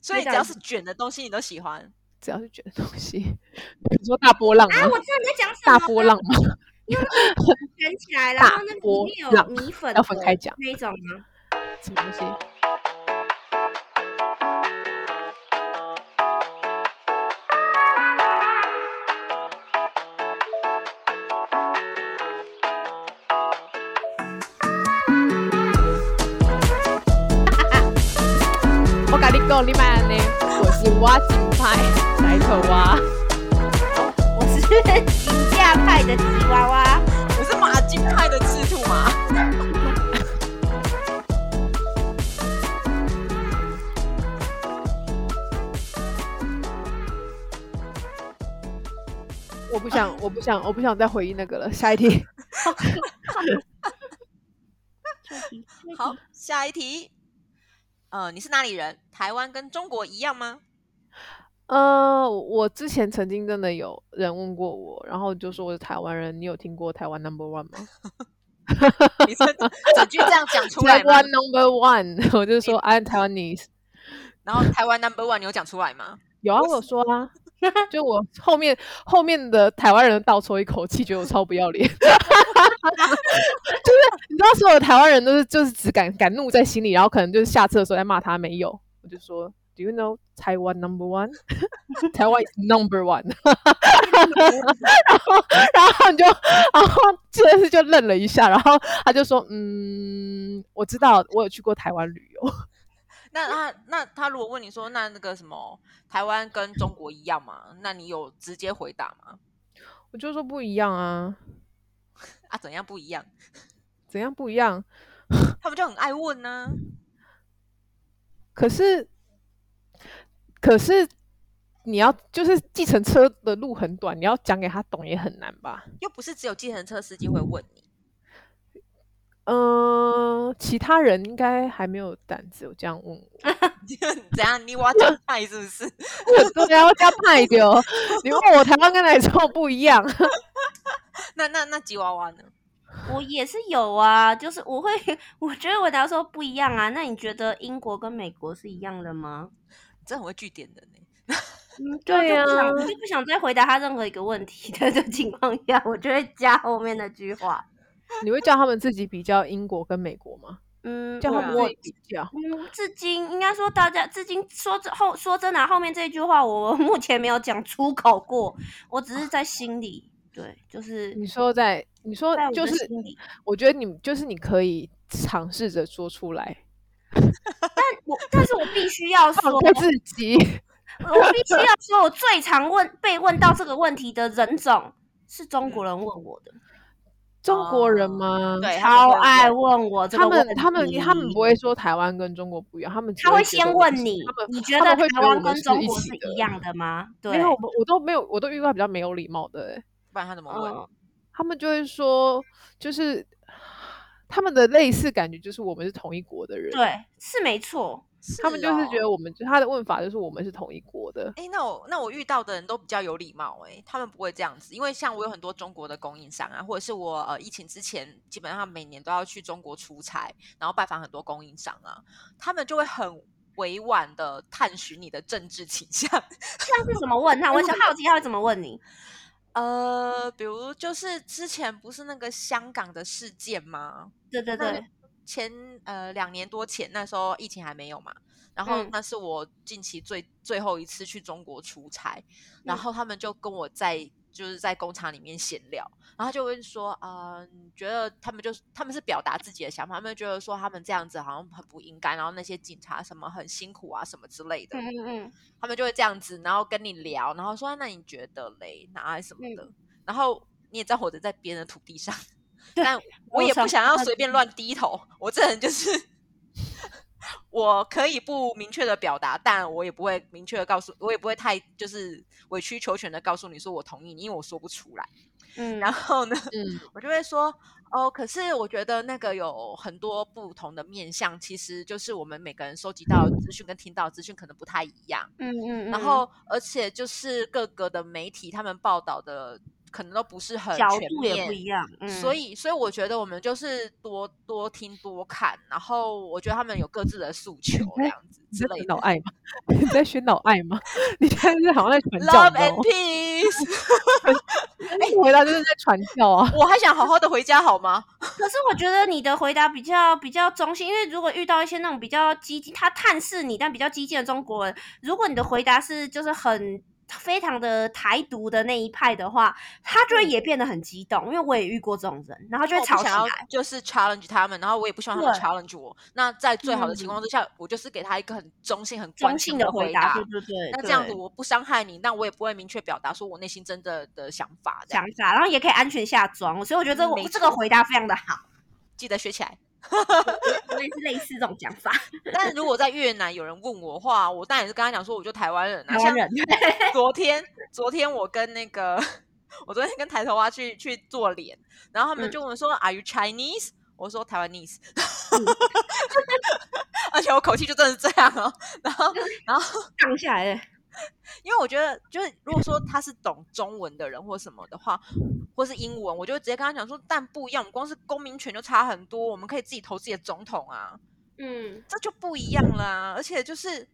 所以只要是卷的东西你都喜欢。只要是卷的东西，比如说大波浪啊，吗？我知道你在讲什么，嗯大波浪吗？卷起来，然大后那个波里面有浪米粉要分开讲那一种吗？什么东西？我跟你讲，你买安尼，我是挖金派，来头挖。我是 平价派的吉娃娃，我是马金派的赤兔马。 我不想，我不想，我不想再回忆那个了。下一题，好，下一题。呃，你是哪里人？台湾跟中国一样吗？呃，我之前曾经真的有人问过我，然后就说我是台湾人，你有听过台湾 Number One 吗？你这 整句这样讲出来台吗湾？Number One，我 就说 I'm Taiwanese。然后台湾 number one，你有讲出来吗？有啊，为我有说啊， 就我后面后面的台湾人倒抽一口气，觉得我超不要脸， 就是你知道，所有台湾人都是就是只敢敢怒在心里，然后可能就是下次的时候再骂他没有，我就说 Do you know Taiwan number one？台 湾 is number one，然后然后你就然后这次就愣了一下，然后他就说嗯，我知道，我有去过台湾旅游， 那他那他如果问你说，那那个什么，台湾跟中国一样吗？那你有直接回答吗？我就说不一样啊，啊，怎样不一样？怎样不一样？他们就很爱问啊呢、可是，可是你要就是计程车的路很短，你要讲给他懂也很难吧？又不是只有计程车司机会问你。 嗯、其他人应该还没有胆子有这样问我。 怎样？你我讲派是不是？ 对啊，我加派的哦，你问我台湾跟哪种不一样？ 那那那吉娃娃呢？我也是有啊，就是我会，我觉得我答说不一样啊。那你觉得英国跟美国是一样的吗？你真的很会据点的呢。嗯，对呀、啊我就不想再回答他任何一个问题的这情况下，我就会加后面那句话。你会叫他们自己比较英国跟美国吗？嗯，叫他我们对啊自己比较？嗯，至今应该说大家至今说这后说真的啊、后面这句话我 目前没有讲出口过，我只是在心里，对，就是你说在，你说在我嗯就的是，心里。 我觉得你就是你可以尝试着说出来，我但是我必须要说，放过自己。我必须要说，我最常问被问到这个问题的人种是中国人问我嗯的，中国人哦吗？对他超们会爱问我这个他问们题。他们他们不会说台湾跟中国不一样，他们只他会觉先得我问们是你他们，你觉他得们会台得我湾们跟是中一国起是的一样的吗？对，没有，我我都没有，我都遇到比较没有礼貌的、欸，不然他怎么问？嗯，他们就会说，就是他们的类似感觉就是我们是同一国的人，对，是没 错。他们就是觉哦。得我们就他的问法就是我们是同一国的，哎，那我那我遇到的人都比较有礼貌哎、他们不会这样子，因为像我有很多中国的供应商啊，或者是我呃疫情之前基本上每年都要去中国出差，然后拜访很多供应商啊，他们就会很委婉的探寻你的政治倾向， 像是怎么问他？我想好奇他会怎么问你。嗯呃，比如就是之前不是那个香港的事件吗？对对那对，前呃两年多前，那时候疫情还没有嘛，然后嗯那是我近期最最后一次去中国出差，然嗯后他们就跟我在就是在工厂里面闲聊，然后就会说啊、呃你觉得他们就是他们是表达自己的想法，他们觉得说他们这样子好像很不应该，然后那些警察什么很辛苦啊什么之类的，嗯嗯嗯，他们就会这样子，然后跟你聊，然后说啊那你觉得嘞，哪什么嗯的，然后你也知道我的在别人的土地 上，对但我我也想不想要那随便乱低头，我这人就是 我可以不明确的表达，但我也不会明确的告诉，我也不会太就是委曲求全的告诉你说我同意你，因为我说不出来。嗯，然后呢， 嗯，我就会说，哦，可是我觉得那个有很多不同的面向，其实就是我们每个人收集到的资讯跟听到的资讯可能不太一样。嗯嗯，然后而且就是各个的媒体他们报道的可能都不是很角呃全度也面不一样，嗯，所以，所以我觉得我们就是多多听多看，然后我觉得他们有各自的诉 求这样子你之在类选的脑。爱吗？ 你在选脑爱吗？ 你现在是好像在传教 Love 你知道 and 吗， peace， 哎，回答就是在传教啊。 我还想好好的回家好 吗？可是我觉得你的回答比较比较中性，因为如果遇到一些那种比较激进，他探视你但比较激进的中国人，如果你的回答是就是很非常的台独的那一派的话，他就会也变得很激动，因为我也遇过这种人，然后嗯就我不会吵想起要来。就是 challenge 他们，然后我也不希望他们对 challenge 我。那在最好的情嗯况之下，我就是给他一个很中性、很中关性心的回答，对对对，那这样子对我不伤害你，但我也不会明确表达说我内心真的的想法。这样想法，然后也可以安全下装，所以我觉得这嗯我没这个错回答非常的好，记得学起来。我也是类似这种讲法， 但如果在越南有人问我的话，我当然也是跟他讲说，我就台湾人啊，台像湾人昨天，昨天我跟那个，我昨天跟抬头蛙去去做脸，然后他们嗯就问我说、a r e you Chinese？” 我说台湾 n e s e 而且我口气就真的是这样哦。然后，杠下来的，因为我觉得，就是如果说他是懂中文的人或什么的话，或是英文，我就会直接跟他讲说，但不一样，我们光是公民权就差很多，我们可以自己投自己的总统啊，嗯，这就不一样啦。而且就是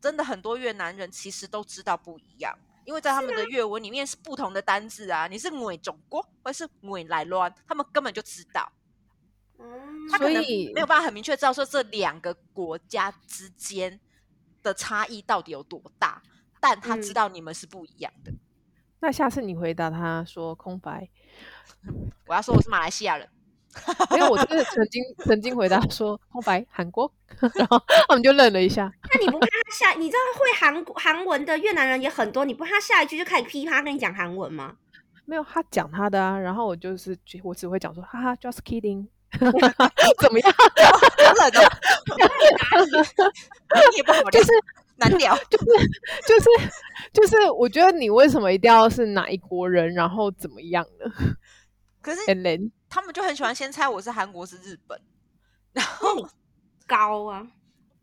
真的很多越南人其实都知道不一样，因为在他们啊的越文里面是不同的单字啊，你是伪中国或是伪来乱，他们根本就知道，哦他可嗯所能以没有办法很明确知道说这两个国家之间的差异到底有多大，但他知嗯道你们是不一样的。那下次你回答他说空白，我要说我是马来西亚人，没有，我真的曾经曾经回答说空白韩国， 然后他们就愣了一下。那你不怕他下？你知道会韩国韩文的越南人也很多，你不怕他下一句就开始噼啪跟你讲韩文吗？没有，他讲他的啊，然后我就是只我只会讲说哈哈，just kidding，怎么样？好冷哦， 你也不好聊，就是难聊。就是就是，我觉得你为什么一定要是哪一国人，然后怎么样呢可是？And then 他们就很喜欢先猜我是韩国是日本，高啊，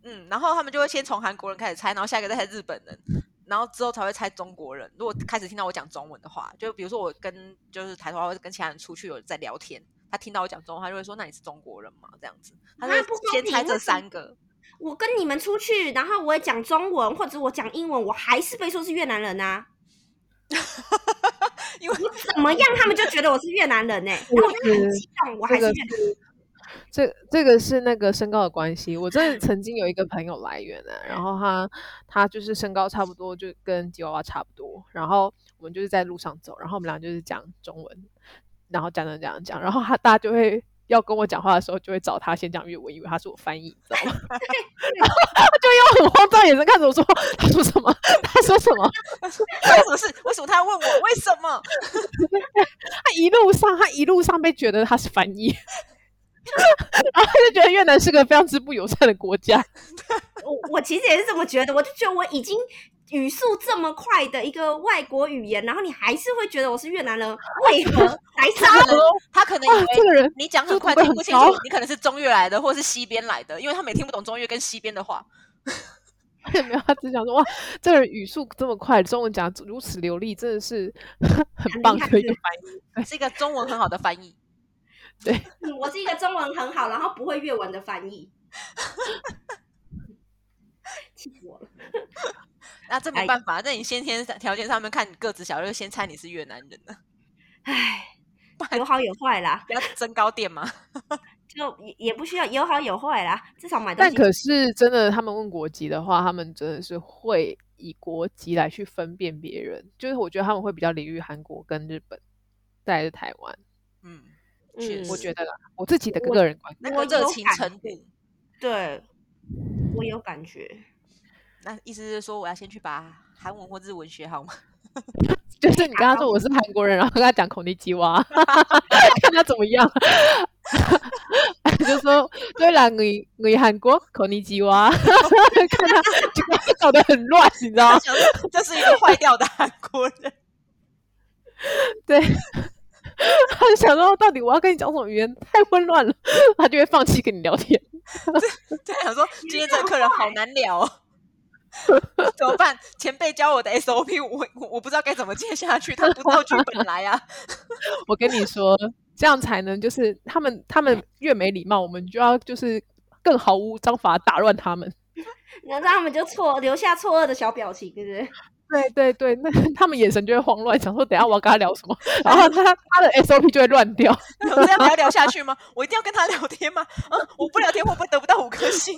嗯，然后他们就会先从韩国人开始猜，然后下一个再猜日本人，然后之后才会猜中国人。如果开始听到我讲中文的话，就比如说我跟就是台湾或者跟其他人出去有在聊天，他听到我讲中文，他就会说：“那你是中国人吗？”这样子，他就啊不公会先猜平这为什么三个。我跟你们出去，然后我也讲中文或者我讲英文，我还是被说是越南人啊。因为 我怎么样，他们就觉得我是越南人呢、然后我就很激动，我还这是越个南人。这这个是那个身高的关系。我真的曾经有一个朋友来源啊，然后他他就是身高差不多，就跟吉娃娃差不多。然后我们就是在路上走，然后我们俩就是讲中文，然后讲讲讲讲，然后他大家就会要跟我讲话的时候，就会找他先讲粤文，以为他是我翻译，你知道吗？ 他就用很慌张的眼神看着我说：“他说什么？ 他说什么？”为什么是？为什么他要问我？为什么？他一路上，他一路上被觉得他是翻译， 然后他就觉得越南是个非常之不友善的国家。我我其实也是这么觉得，我就觉得我已经语速这么快的一个外国语言，然后你还是会觉得我是越南人，为何？还是他可能他可能以哦哇，这为个人 你讲很这个快会听很不清楚高，你可能是中越来的，或是西边来的，因为他们也听不懂中越跟西边的话。也没有，他只想说哇，这个人语速这么快，中文讲得如此流利，真的是很厉棒害的一个是翻译。是一个中文很好的翻译。嗯我是一个中文很好，然后不会越文的翻译， 气死我了！那这没哎办法，在你先天上条件上面看你个子小，就先猜你是越南人了。唉，有好有坏啦，不要增高点嘛，就也也不需要有好有坏啦，至少买东但西。可是真的，他们问国籍的话，他们真的是会以国籍来去分辨别人，就是我觉得他们会比较领域韩国跟日本，再来是台湾， 嗯，确嗯，我实觉得啦，我自己的我个人观那我个热有情感程度，对，我有感觉。那意思是说我要先去把韩文或日文学好吗？就是你跟他说我是韩国人，然后跟他讲孔尼基哇，看他怎么样。 就说对啦，你你韩国孔尼基哇， 看他就把他搞得很乱，你知 道吗？ 想说这是一个坏掉的韩国人， 对， 他就想说到底我要跟你讲什么语言，太混乱了，他就会放弃跟你聊天。 对，想说今天这个客人好难聊、哦。 怎么办？前辈教我的 SOP，我我我不知道该怎么接下去，他不照剧本来啊。 我跟你说，这样才能就是他们他们越没礼貌，我们就要就是更毫无章法打乱他们。然后他们就错留下错愕的小表情，对不对？对对对，那他们眼神就会慌乱，想说等一下我要跟他聊什么，然后他他的 SOP 就会乱掉。那我这样还要聊下去吗？我一定要跟他聊天吗？啊，我不聊天会不会得不到五颗星？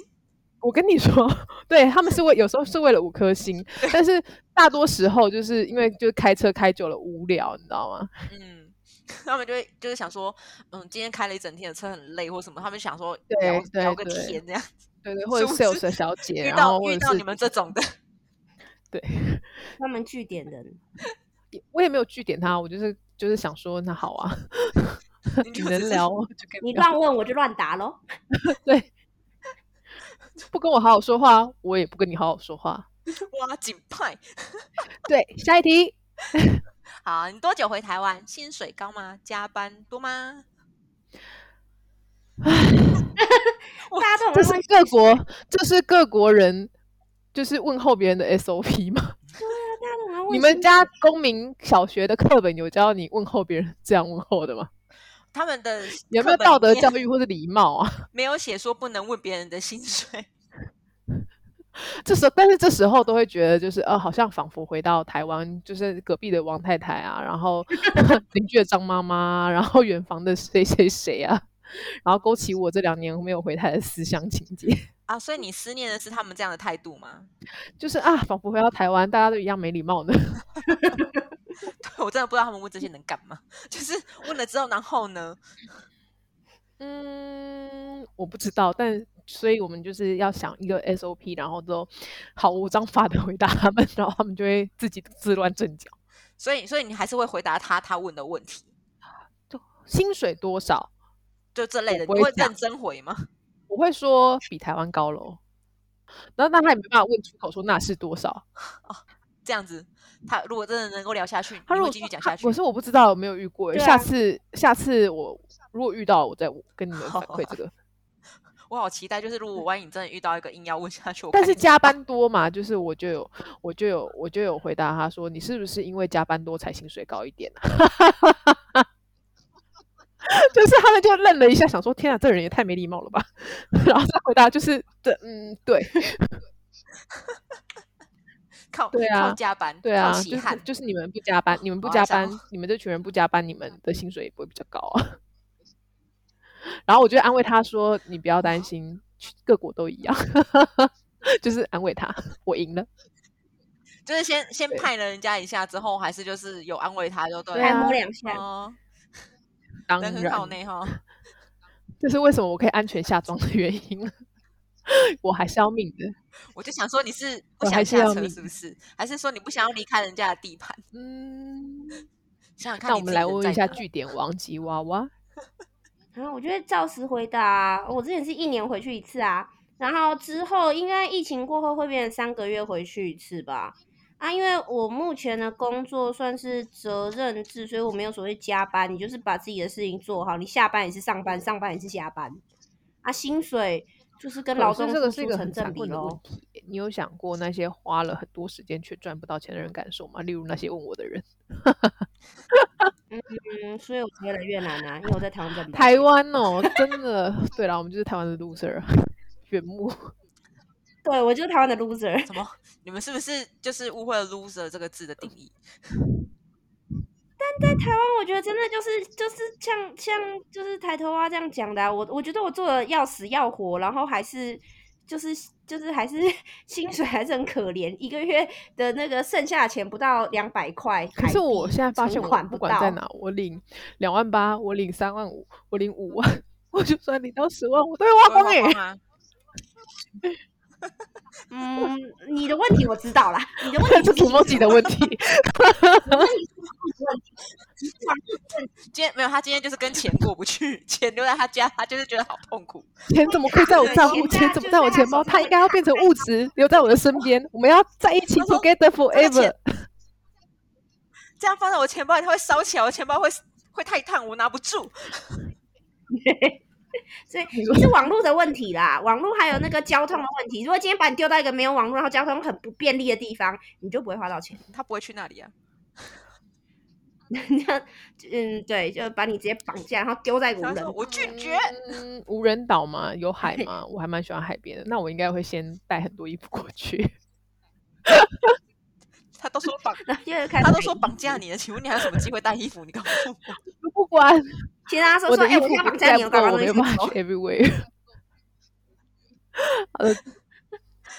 我跟你说，对他们是为有时候是为了五颗星，但是大多时候就是因为就是开车开久了无聊，你知道吗？ 嗯，他们就会就是想说，嗯，今天开了一整天的车很累或什么，他们想说对聊对聊个对天这样。对对，或者殊不 sales 知的小姐，遇然后到或遇者到是你们这种 的，对，他们据点人，我也没有据点他，我就是就是想说那好啊，你你就只能是聊我就跟你聊，乱问我就乱答喽。对， 不跟我好好说话，我也不跟你好好说话。哇紧派。对，下一题，好，你多久回台湾？薪水高吗？加班多吗？哇大家都很这哦是会问各国，这是各国人就是问候别人的 SOP 吗？ 大家都很会问你们家公民小学的课本有教你问候别人这样问候的吗？他们的 有没课本有里道德面教育或是礼貌啊？ 没有写说不能问别人的薪水？这时候，但是这时候都会觉得就是呃，好像仿佛回到台湾，就是隔壁的王太太啊，然后邻居的张妈妈啊，然后远房的谁谁谁啊，然后勾起我这两年没有回台的思乡情节，啊，所以你思念的是他们这样的态度吗？ 就是啊，仿佛回到台湾，大家都一样没礼貌呢。对我真的不知道他们问这些能干嘛， 就是问了之后，然后呢？嗯，我不知道，但所以我们就是要想一个 SOP，然后都毫无章法的回答他们，然后他们就会自己自乱阵脚。所以，所以你还是会回答他他问的问题，薪水多少？就这类的，你我不会会认真回吗？ 我会说比台湾高喽。然后那他也没办法问出口说那是多少。这样子，他如果真的能够聊下去，他你会如果继续说讲他下去我。是我不知道有没有遇过欸、对啊下次下次我如果遇到我再跟你们反馈这个。我好期待，就是如果万一你真的遇到一个硬要问下去，我但看是你加班多嘛，就是我就有我就有我就有回答他说你是不是因为加班多才薪水高一点啊？ 就是他们就愣了一下，想说天啊，这人也太没礼貌了吧。 然后再回答就是对，嗯，对靠对啊靠加班，对啊，靠就稀是罕。就是你们不加班，你们不好加想班，你们这群人不加班，你们的薪水也不会比较高啊。 然后我就安慰他说：“你不要担心，各国都一样。” 就是安慰他，我赢了。就是先先对派了人家一下之后，还是就是有安慰他就对对还啊了。摸两下，哦，当人然，很好呢 哈。这是为什么我可以安全下庄的原因了。我还是要命的，我就想说你是不我还想是下要车命是不是？还是说你不想要离开人家的地盘？嗯。想想看，那我们来问一下剧。据点王吉娃娃，然后我觉得照实回答、啊我之前是一年回去一次啊，然后之后应该疫情过后会变成三个月回去一次吧。啊，因为我目前的工作算是责任制，所以我没有所谓加班，你就是把自己的事情做好，你下班也是上班，上班也是下班。啊，薪水就是跟劳可动哦是这个付是一出个成很正残比酷的问喽。题耶。你有想过那些花了很多时间却赚不到钱的人感受吗？例如那些问我的人，嗯，所以我回了越南啊，因为我在台湾赚不到台钱湾哦，真的， 对啦，我们就是台湾的 loser，远啊目。对我就是台湾的 loser。什么？你们是不是就是误会了 “loser” 这个字的定义？台湾，我觉得真的就是就是像像就是抬头蛙这样讲的啊、我我觉得我做的要死要活，然后还是就是就是还是 薪水还是很可怜，一个月的那个剩下的钱不到两百块台币。可是我现在发现，存我款不不管在到哪，我领两万八，我领三万五，我领五万， 我就算领到十万，我都会花光哎、会花光啊嗯，你的问题我知道啦，你 的问这题是土梦梦吉的问题。今天没有，他今天就是跟钱过不去，钱留在他家，他就是觉得好痛苦。钱怎么可以在我对账钱户？在钱他怎么啊就在在我他钱手包？它上应该要变成物质，留在我的身边。我们要在一起他说 together 这个钱 forever。这样放在我钱包里，他会烧起来，我钱包会会太烫，我拿不住。所以是网络的问题啦，网络还有那个交通的问题。如果今天把你丢到一个没有网络，然后交通很不便利的地方，你就不会花到钱。他不会去那里啊。嗯，对，就把你直接绑架，然后丢在一个无他人说我拒绝，嗯，无人岛嘛，有海嘛，我还蛮喜欢海边的。那我应该会先带很多衣服过 去。他都说绑，然后就开始他都说绑架你了，请问你还有什么机会带衣服？你告诉我。不管其实他说我说，的哎、衣我服不要不绑架在你，我不搞够，把我东西没有偷办法走。去 everywhere。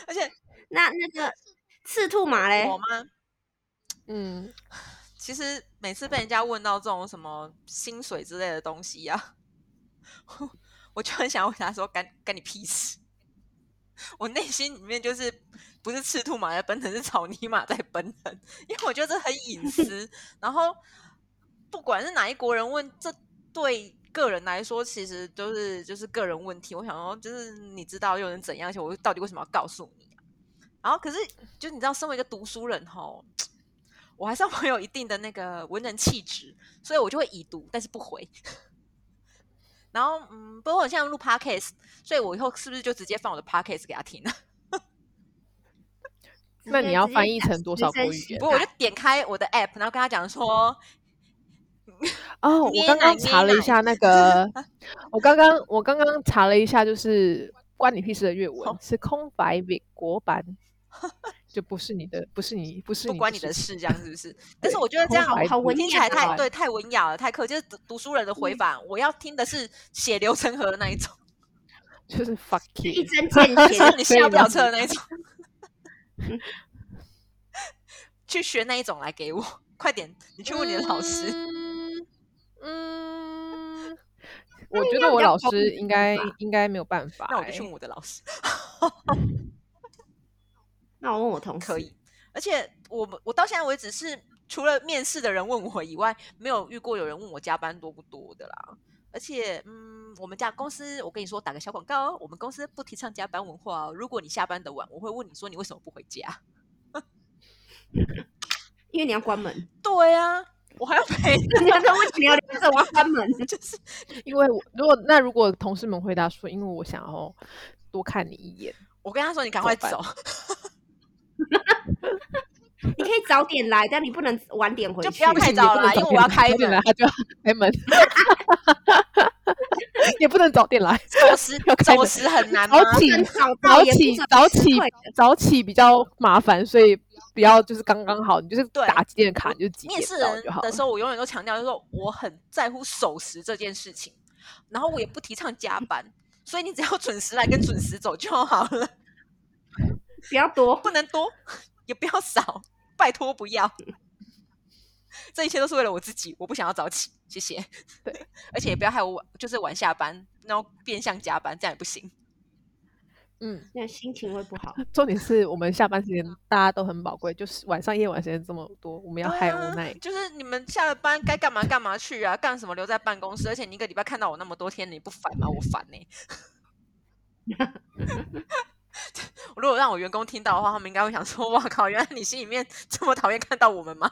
而且那那个赤兔马嘞我，妈嗯，其实每次被人家问到这种什么薪水之类的东西呀、啊，我就很想回答说干干你屁事。我内心里面就是不是赤兔马在奔腾，是草泥马在奔腾，因为我觉得这很隐私。然后不管是哪一国人问，这对个人来说其实都、是就是个人问题。我想说，就是你知道又能怎样？而且我到底为什么要告诉你、啊？然后可是就你知道，身为一个读书人吼，我还是要保有一定的那个文人气质， 所以我就会已读，但是不回。 然后，嗯，不过我现在录 podcast，所以我以后是不是就直接放我的 podcast 给他听 啊？那你要翻译成多少直接直国语言不过我就点开我的 app，然后跟他讲说，哦，我捏刚奶刚查了捏一奶下那个，我刚刚我刚刚查了一下，就是关你屁事的粤文好是空白美国版，就不是你的，不是你，不是不你关的你的事事，这情。样是不是？ 但是对我觉得这样空白好文听起雅来太哦对，太文雅了，太客气，就是读读书人的回法。我要听的是血流成河的那一种，就是 fuck 一 you。针见就血是你下不了 对车的那一种。 去学那一种来给我，快点，你去问你的老师。嗯，嗯，那我应觉该得比我较老保护师你应吧该应该没有办法欸。那我就去问我的老师，那我问我同事，可以。而且我们我到现在为止是除了面试的人问我以外，没有遇过有人问我加班多不多的啦。而且，嗯，我们家公司，我跟你说，打个小广告哦，我们公司不提倡加班文化哦。如果你下班的晚，我会问你说你为什么不回家？因为你要关门。 对啊，我还要陪 你，你要说为什么要留着？我要关门。 就是因为我如果那如果同事们回答说，因为我想要多看你一眼，我跟他说你赶快怎走么，你可以早点来，但你不能晚点回去。就不要不太行早了啦因为我要开门他就要开 门，也不能早点来，走 时 要开走门时很 难吗？早起更早到早也不起是很早吃起亏的早起比较麻烦，所以不要就是刚刚好，你就是对打几点卡你就几点面试到人就好的了时。候，我永远都强调，就是说我很在乎守时这件事情，然后我也不提倡加班，所以你只要准时来跟准时走就好了，不要多。不能多，也不要少，拜托不要。 这一切都是为了我自己，我不想要早起，谢谢。对，而且也不要害我晚，就是晚下班，然后变相加班，这样也不行。嗯，那心情会不 好，重点是我们下班时间大家都很宝贵，就是晚上夜晚时间这么多，我们要对害啊无奈。就是你们下了班该干嘛干嘛去啊，干什么留在办公室？而且你一个礼拜看到我那么多天，你不烦吗？我烦呢、如果让我员工听到的话，他们应该会想说：“哇靠，原来你心里面这么讨厌看到我们吗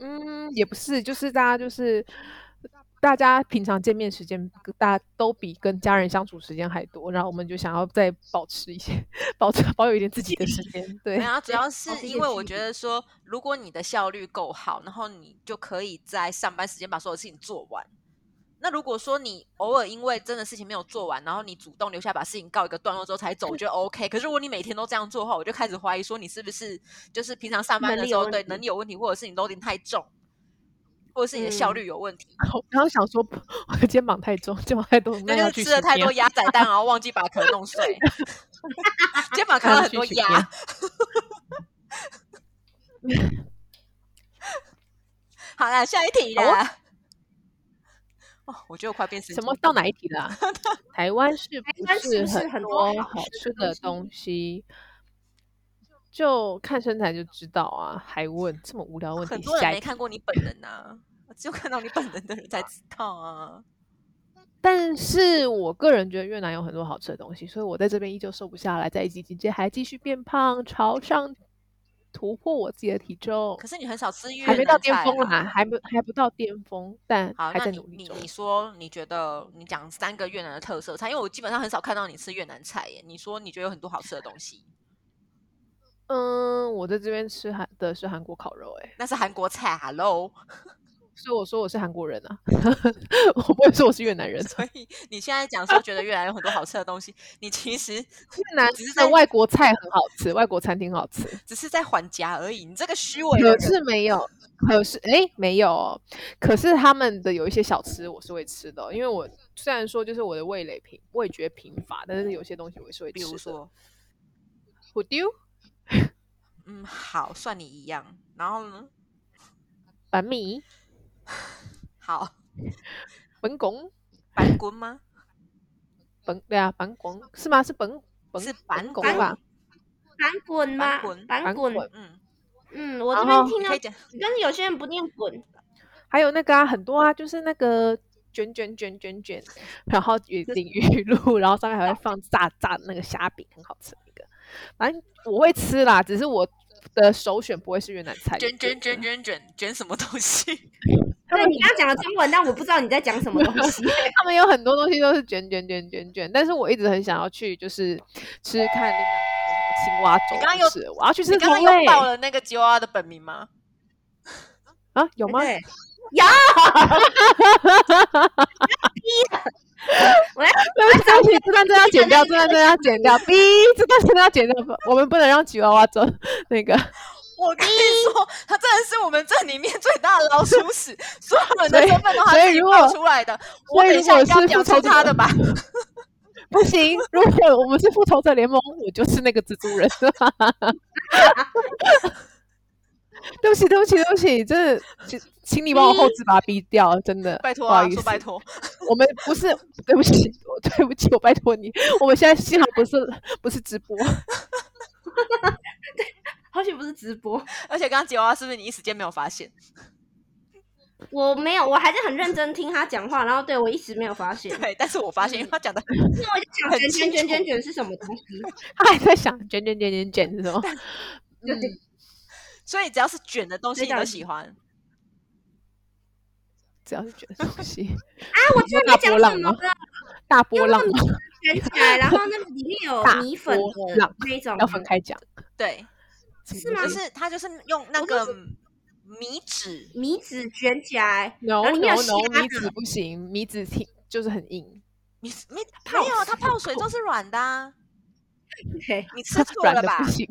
嗯，也不是，就是大家就是大家平常见面时间，大家都比跟家人相处时间还多，然后我们就想要再保持一些， 保持保有一点自己的时间，？”对然，后主要是是因有为我距觉得说，如果你的效率够好，然后你就可以在上班时间把所有事情做完。那如果说你偶尔因为真的事情没有做完，然后你主动留下把事情告一个段落之后才走，我觉得 OK。可是如果你每天都这样做的话，我就开始怀疑说你是不是就是平常上班能的力时有候问对题能力有问题，或者是你 loading 太重，或者是你的效嗯率有问题，我刚刚想说我肩膀太重，肩膀太重，那要就是去吃了洗太面多鸭仔蛋，然后忘记把壳弄 碎，肩膀壳那上要很去多洗鸭 面。好啦，下一题好哦啦。哦，我觉得我快变神什经么病到了哪一题啦、台湾是湾不是不是很很多好好吃吃的的东东西？就看身材就知道啊，还问这么无聊的问题？很多人下没一题看过你本人呐、只有看到你本人的人才知道啊。但是我个人觉得越南有很多好吃的东西，所以我在这边依旧瘦不下来，在一集紧接还继续变胖，朝上突破我自己的体重可，是你很少吃越还没到南巅菜峰啦啦，还不还不到巅峰，但好，还那在你努力你中。你说你觉得你讲三个越南的特色菜，因为我基本上很少看到你吃越南菜耶。你说你觉得有很多好吃的东西，嗯，我在这边吃韩的是韩国烤肉、欸，那是韩国菜，hello。啊 所以我说我是韩国人啊， 我不会说我是越南人。所以你现在讲说觉得越南有很多好吃的东西，你其实越南只是在的外国菜很好吃，外国餐厅好吃，只是在还夹而已。你这个虚伪的可人，是没有，可是哎、没有哦，可是他们的有一些小吃我是会吃的哦，因为我虽然说就是我的味蕾贫味觉贫乏，但是有些东西我也是会比吃的。如说，虎丢嗯，好，算你一样。然后呢，板米、好，本拱、板滚吗？本对啊，本拱是吗？是本本是板本拱滚吧？板滚吗板滚？板板滚，滚嗯，嗯，我这然边后听你到可以，讲但是有些人不念滚，还有那个啊，很多啊，就是那个卷卷卷卷卷，然后鱼淋鱼露，然后上面还会放炸炸的那个虾饼，很好吃的一个。反正我会吃啦，只是我的首选不会是越南菜。卷卷卷，卷卷卷什么东西？他对们你刚刚讲的中文，但我不知道你在讲什么东 西。他们有很多东西都是卷卷卷卷卷，但是我一直很想要去，就是吃看另外有什么青蛙粥你刚刚又不是，我要去吃你刚同刚又类报了那个吉娃娃的本名吗？啊？有吗？哎对，有。我要对 不起，对 不起，这段真的要剪掉，这段真的要剪掉， 哔，这段真的要剪掉，我们不能让吉娃娃走那个。我跟你说，他真的是我们这里面最大的老鼠屎，所有人的所以身份都他所以自己如爆果出来的。 我所以等一如下果应该要是讲复出仇者他的吧？不行，如果我们是复仇者联盟，我就是那个蜘蛛人。对不起，对不起，对不起，真的，请请你帮我后置把它逼掉，真的，拜托不好啊，意说思，拜托。我们不是，对不起，我对不起，我拜托你，我们现在幸好不是不是直播，好久不是直播，而且刚刚吉娃娃是不是你一时间没有发现？我没有，我还是很认真听他讲话，然后对我一直没有发现。对，但是我发现，因为他讲的，那我就想很卷卷清卷楚卷卷是什么东西？他还在想卷卷卷卷卷是什么？对嗯，对所以只要是卷的东西这你都样喜欢。只要是卷的东西，啊，我知道 大你在讲波浪什么吗了。大波浪吗卷起来，然后那个里面有大米粉波的浪那种，要分开讲，对，是吗就嗯是他就是用那我个嗯就米纸，米纸卷起来， ？No 然后里面 No 有 No，虾米子不行，米子挺就是很硬。你没泡没有，它水泡水都是软的啊，嘿你吃错软了的吧不？行。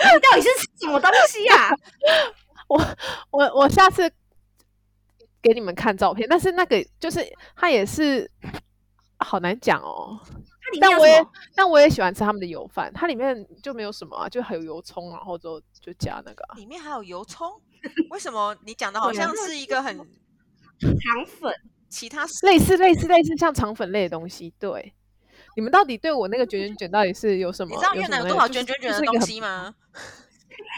你到底是吃什么东西呀、啊？我我下次给你们看照片，但是那个就是它也是 好难讲哦。它里面但有我什也么？但我也喜欢吃他们的油饭，它里面就没有什么啊，就还有油葱，然后就就加那个啊、里面还有油葱，为什么你讲的好对啊像是一个很糖粉，其他食类似类似类似像肠粉类的东西。对，你们到底对我那个卷卷卷到底是有什么？你知道越南有多少卷卷卷的东西吗？吗？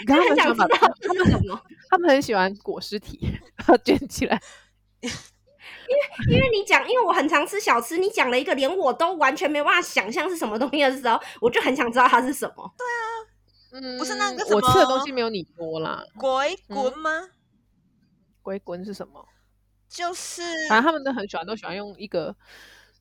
就我是很一个想很知他道们很喜欢这是什么，把他们很喜欢裹尸体， 然后卷起来。因为你讲，因为我很常吃小吃，你讲了一个连我都完全没办法想象是什么东西的时候，我就很想知道它是什么。嗯，不是那个什我吃的东么西没有你多啦。鬼滚吗？龟滚是什么？就是反正他们都很喜欢，都喜欢用一个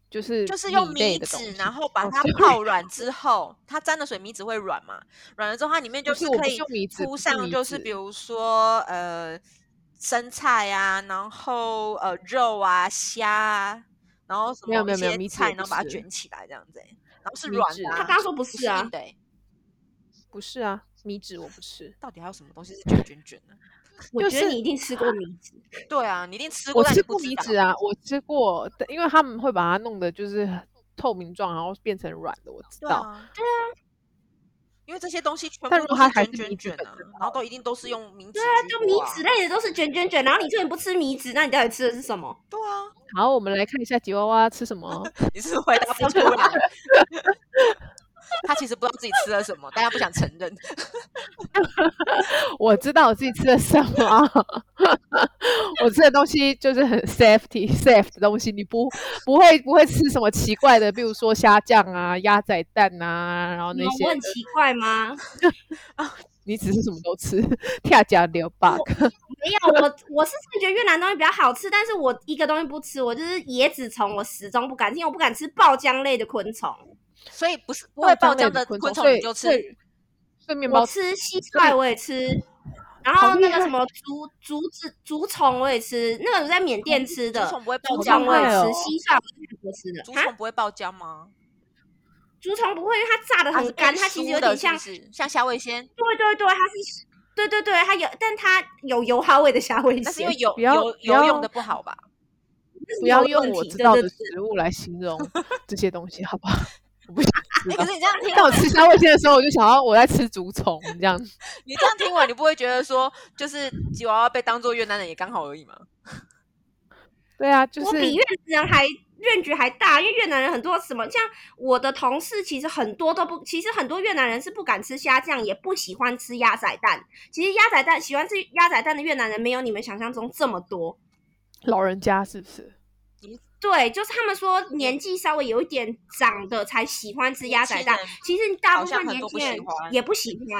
就是就是用米类米的东西纸，然后把哦它对泡软之后，它沾了水，米纸会软嘛？软了之后，它里面就不是我可不是以用米纸铺不是上，米就是纸比如说呃生菜啊，然后呃肉啊、虾啊，然后什没有么没一有没有些米纸菜，我不然后把它吃卷起来这样子欸、然后是米软纸的、他啊，刚刚说不不是是啊硬，的欸。不是啊，米纸我不吃，到底还有什么东西是卷卷卷的？我就觉得是你一定吃过米纸，对啊，你一定吃过，我但吃你不过知米道纸啊，我吃过，但因为他们会把它弄的就是透明状，然后变成软的，我知对道。啊，对啊，因为这些东西全部但如都果它还卷是卷米纸卷本啊身，然后都一定都是用米纸对啊，居就多米啊纸类的都是卷卷卷，然后你居然不吃米纸，那你到底吃的是什么？对啊， 好，我们来看一下吉娃娃吃什么。啊你是不是回答不出来。 他其实不知道自己吃了什么，但他不想承认。我知道我自己吃了什么 啊，我吃的东西就是很 safety safe 的东西，你不不会不会吃什么奇怪的，比如说虾酱啊、鸭仔蛋啊，然后嗯那你些我很奇怪吗？你只是什么都吃， 跳脚流 bug 没有，我我是真的觉得越南东西比较好吃，但是我一个东西不吃，我就是椰子虫，我始终不敢吃，因为我不敢吃爆浆类的昆虫。所以不是不会爆浆的昆昆虫虫，你就吃。所以所以所以面包我吃蟋蟀我也吃，然后好那厉个害什么竹竹子竹虫我也吃，那个我在缅甸吃的竹，虫不会爆竹好浆虫啊我厉也吗？害吃，哦蟋蟀我是韩国吃的竹哈，虫不会爆浆吗？竹虫不会，因为它炸的它是啊很干，变它其实酥有的点是不像，是像虾味鲜，对对对，它是。对对对，它有，但它有油耗味的虾味但是鲜因为，油不要油不油用要的不好吧？这是不要油用问我题知对道对的食物来形 容这些东西，好 不好？我不想知哎，道可。是你这样听但我吃虾味鲜的时候，我就想要我在吃竹虫这样。你这样听完，你不会觉得说，就是吉娃娃被当做越南人也刚好而已吗？ 对啊，就我是比越南人还认知还大，因为越南人很多什么，像我的同事其实很多都不，其实很多越南人是不敢吃虾酱，也不喜欢吃鸭仔蛋。其实鸭仔蛋喜欢吃鸭仔蛋的越南人没有你们想象中这么多。老人家是不是？对，就是他们说年纪稍微有一点长的才喜欢吃鸭仔蛋年轻人，其实大好部像分很年多不轻人喜欢也不喜欢。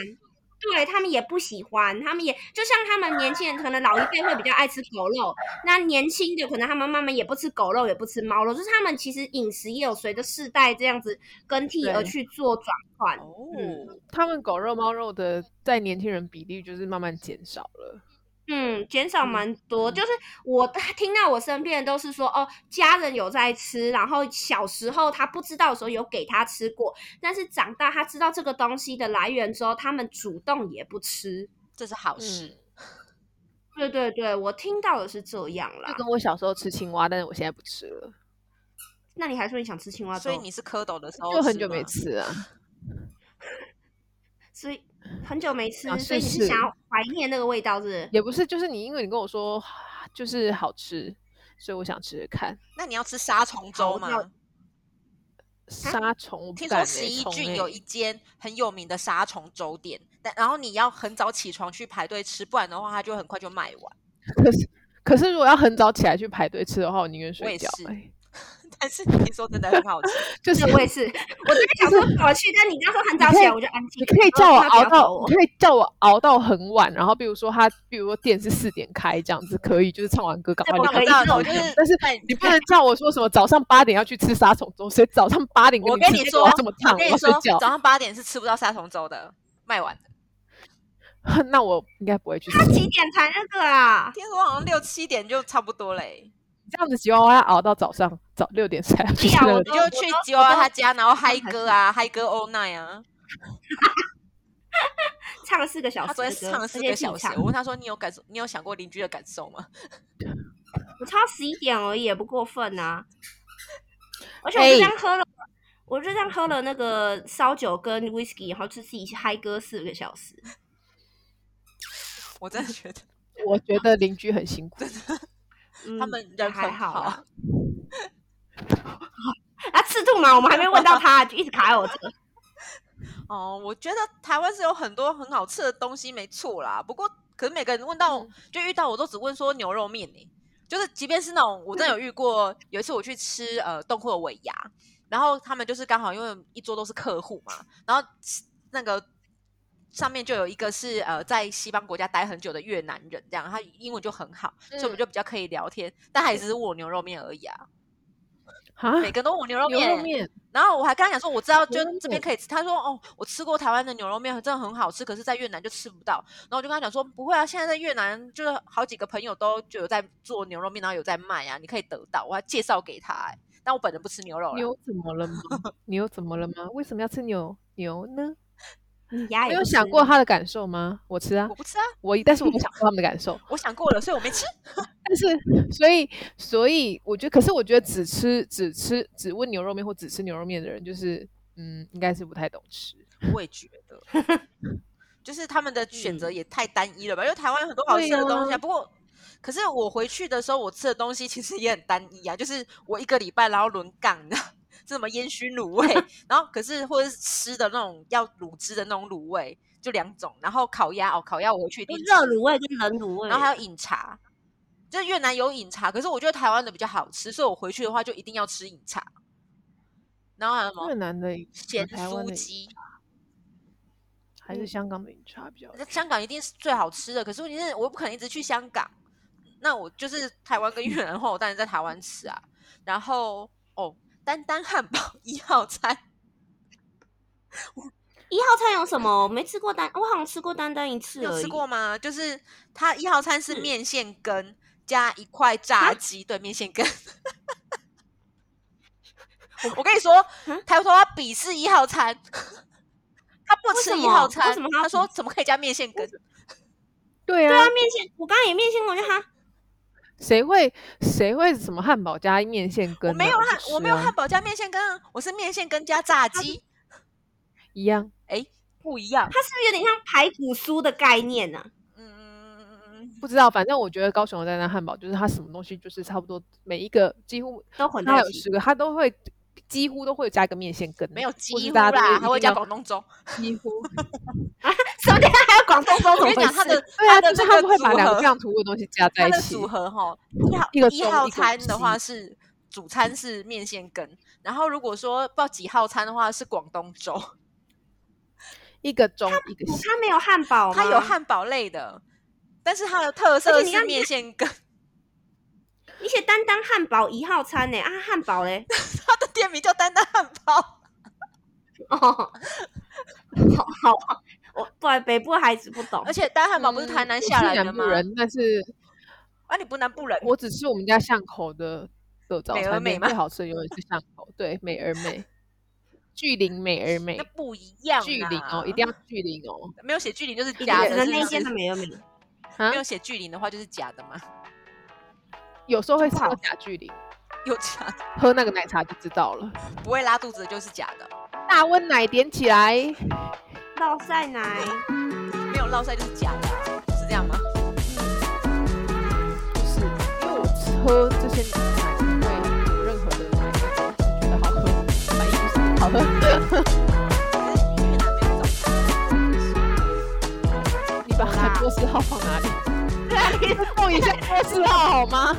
对他们也不喜欢，他们也就像他们年轻人，可能老一辈会比较爱吃狗肉，那年轻的可能他们慢慢也不吃狗肉，也不吃猫肉，就是他们其实饮食也有随着世代这样子更替而对去做转换。哦，他们狗肉、猫肉的在年轻人比例就是慢慢减少了。嗯，减少嗯蛮多。就是我听到我身边人都是说，哦，家人有在吃，然后小时候他不知道的时候有给他吃过，但是长大他知道这个东西的来源之后，他们主动也不吃。这是嗯好事。对对对，我听到的是这样啦就。跟我小时候吃青蛙，但是我现在不吃了，那你还说你想吃青蛙所以粥你是蝌蚪的时候，就很久没。吃啊。所以很久没吃，啊所以是你是是想要怀念那个味道，是不 是？也不是，就是你因为你跟我说就是好吃，所以我想吃吃看。那你要吃杀虫好粥我吗知？道杀虫我不听敢、欸说、十一虫郡欸有一间很有名的杀虫粥店，但然后你要很早起床去排队吃，不然的话它就很快就卖完。 可是可是如果要很早起来去排队吃的话，我宁愿我也睡觉是欸、但是听说真的很 好吃，就是对，我也是。我真的想说怎么去，但你刚说很早你可起以来，我就安静你了。可以哦叫我那不要熬吵到，我你可以叫我熬到很晚，然后比如说他，比如说店是四点开这样子，可以，就是唱完歌赶这快不就我可知以道的，这种我就是哎但是在你不能叫我说什么早上八点要去吃杀虫粥，谁早上八点我你跟吃你这说个我要这么我烫，跟要你睡说，觉早。上八点是吃不到杀虫粥的，卖完的。 那我应该不会去吃他。几点才那个啊？听说好像六七点就差不多嘞、这样子吉娃娃要熬到早上早六点才要去吃哎呀那我个你都粥。就去我都吉娃我娃都他家，然后嗨还歌啊，嗨歌 all night 啊。唱了四个小时他昨的歌，天唱了四而且个自己小时唱，我问他说：“你有感受？你有想过邻居的感受吗 我超十一点而已，也不过分啊。而且我就哎这样喝了，我就这样喝了那个烧酒跟 whisky，然后就自己嗨歌四个小时。？”我真的觉得我觉得邻居很辛苦，嗯他们人还很好好啦。啊，赤兔嘛，我们还没问到他，就一直卡在我这。哦，我觉得台湾是有很多很好吃的东西，没错啦。不过，可是每个人问到、就遇到我都只问说牛肉面呢、就是即便是那种我真的有遇过，有一次我去吃呃洞库的尾牙，然后他们就是刚好因为一桌都是客户嘛，然后那个上面就有一个是呃在西方国家待很久的越南人，这样他英文就很好，所以我们就比较可以聊天，但他也只是问我牛肉面而已啊，啊，每个人都问我牛肉牛面，肉面然后我还跟他讲说，我知道就牛肉这边面可以吃。他说哦，我吃过台湾的牛肉面，真的很好吃，可是在越南就吃不到。然后我就跟他讲说，不会啊，现在在越南就是好几个朋友都就有在做牛肉面，然后有在卖啊，你可以得到。我还介绍给他、欸，但我本人不吃牛肉啦。牛怎么了吗？牛怎么了吗？为什么要吃牛牛呢？你嗯牙没也有不吃想过他的感受吗？我吃啊我，不吃啊，我但是我没想过他们的感受。我想过了，所以我没吃。但是，所以，所以，我觉得，可是我觉得只吃、只吃、只问牛肉面或只吃牛肉面的人，就是，嗯，应该是不太懂吃。我也觉得，就是他们的选择嗯也太单一了吧？因为台湾有很多好吃对的东西啊。啊不过，可是 我回去的时候，我吃的东西其实也很单一啊，就是我一个礼拜然后轮杠的，这什么烟熏卤味，然后可是或者是吃的那种要卤汁的那种卤味，就两种。然后烤鸭哦，烤鸭我回去一就定哎热卤味跟冷卤味，然后还有饮茶，就是越南有饮茶，可是我觉得台湾的比较好吃，所以我回去的话就一定要吃饮茶。然后还有什越么南的咸台湾酥的鸡，还是香港的饮茶比较好那香港一定是最好吃的。可是问题是，我又不可能一直去香港，那我就是台湾跟越南的话，我当然在台湾吃啊。然后哦，丹丹汉堡 一号餐，一号餐有什么？我没吃过丹，我好像吃过丹丹一次你有而吃已。过吗？就是它一号餐是是面线羹加一块炸鸡，对，面线羹。 我我跟你说，他说他鄙视一号餐，他不为什吃一么号为餐什么，他他要说鄙怎么可以加面线羹？对啊对，啊，面线，我刚刚也面线，我就哈，谁会谁会什么汉堡加面线羹啊？我没有不汉，我吃没有啊汉堡加面线羹啊，我是面线羹加炸鸡，一样。哎，不一样。它是不是有点像排骨酥的概念啊呢、嗯，不知道，反正我觉得高雄的丹丹汉堡就是它什么东西就是差不多每一个几乎都混它在有 一起。十个，它都会几乎都会有加一个面线羹，没有或几是乎大家都啦，一还会定加要广东粥。几 乎。什么？等一下还有广东粥我怎跟你么回讲，他的事？对啊，它的就是这他个们会把组两个合这样图的东西加在它一的起。组合哈，一号一个一中号一个餐的话西是主餐是面线羹，然后如果说不知道几号餐的话是广东粥，一个中一个西，它没有汉堡吗？它有。汉堡类的，但是它的特色且你是刚面线羹， 你写丹丹汉堡一号餐呢、啊，汉堡嘞？它的店名叫丹丹汉堡。哦，好 好，好我对北部孩子不懂而。且丹汉堡不是台南嗯我下是来的南吗部？人，但是啊，你不南部人，我只吃我们家巷口的的早美而餐美店，吗最好吃的永远是巷口，对，美而美，巨灵美而美那，不一样啦。巨灵哦，一定要巨灵哦，没有写距离就是你假觉的，得是那一不间的是？没有没有？啊没，有写距离的话就是假的嘛，有时候会就吃不好到假巨灵，有假的喝那个奶茶就知道了，不会拉肚子的就是假的，大温奶点起来，暴晒奶，没有落塞就是假的啊，是这样吗？就是因为我喝这些奶不会有任何的奶，我只是觉得好喝，反应就是好喝。可是越南没有早餐。你把好啦 很多四号放哪里？来，弄一下多四号好吗？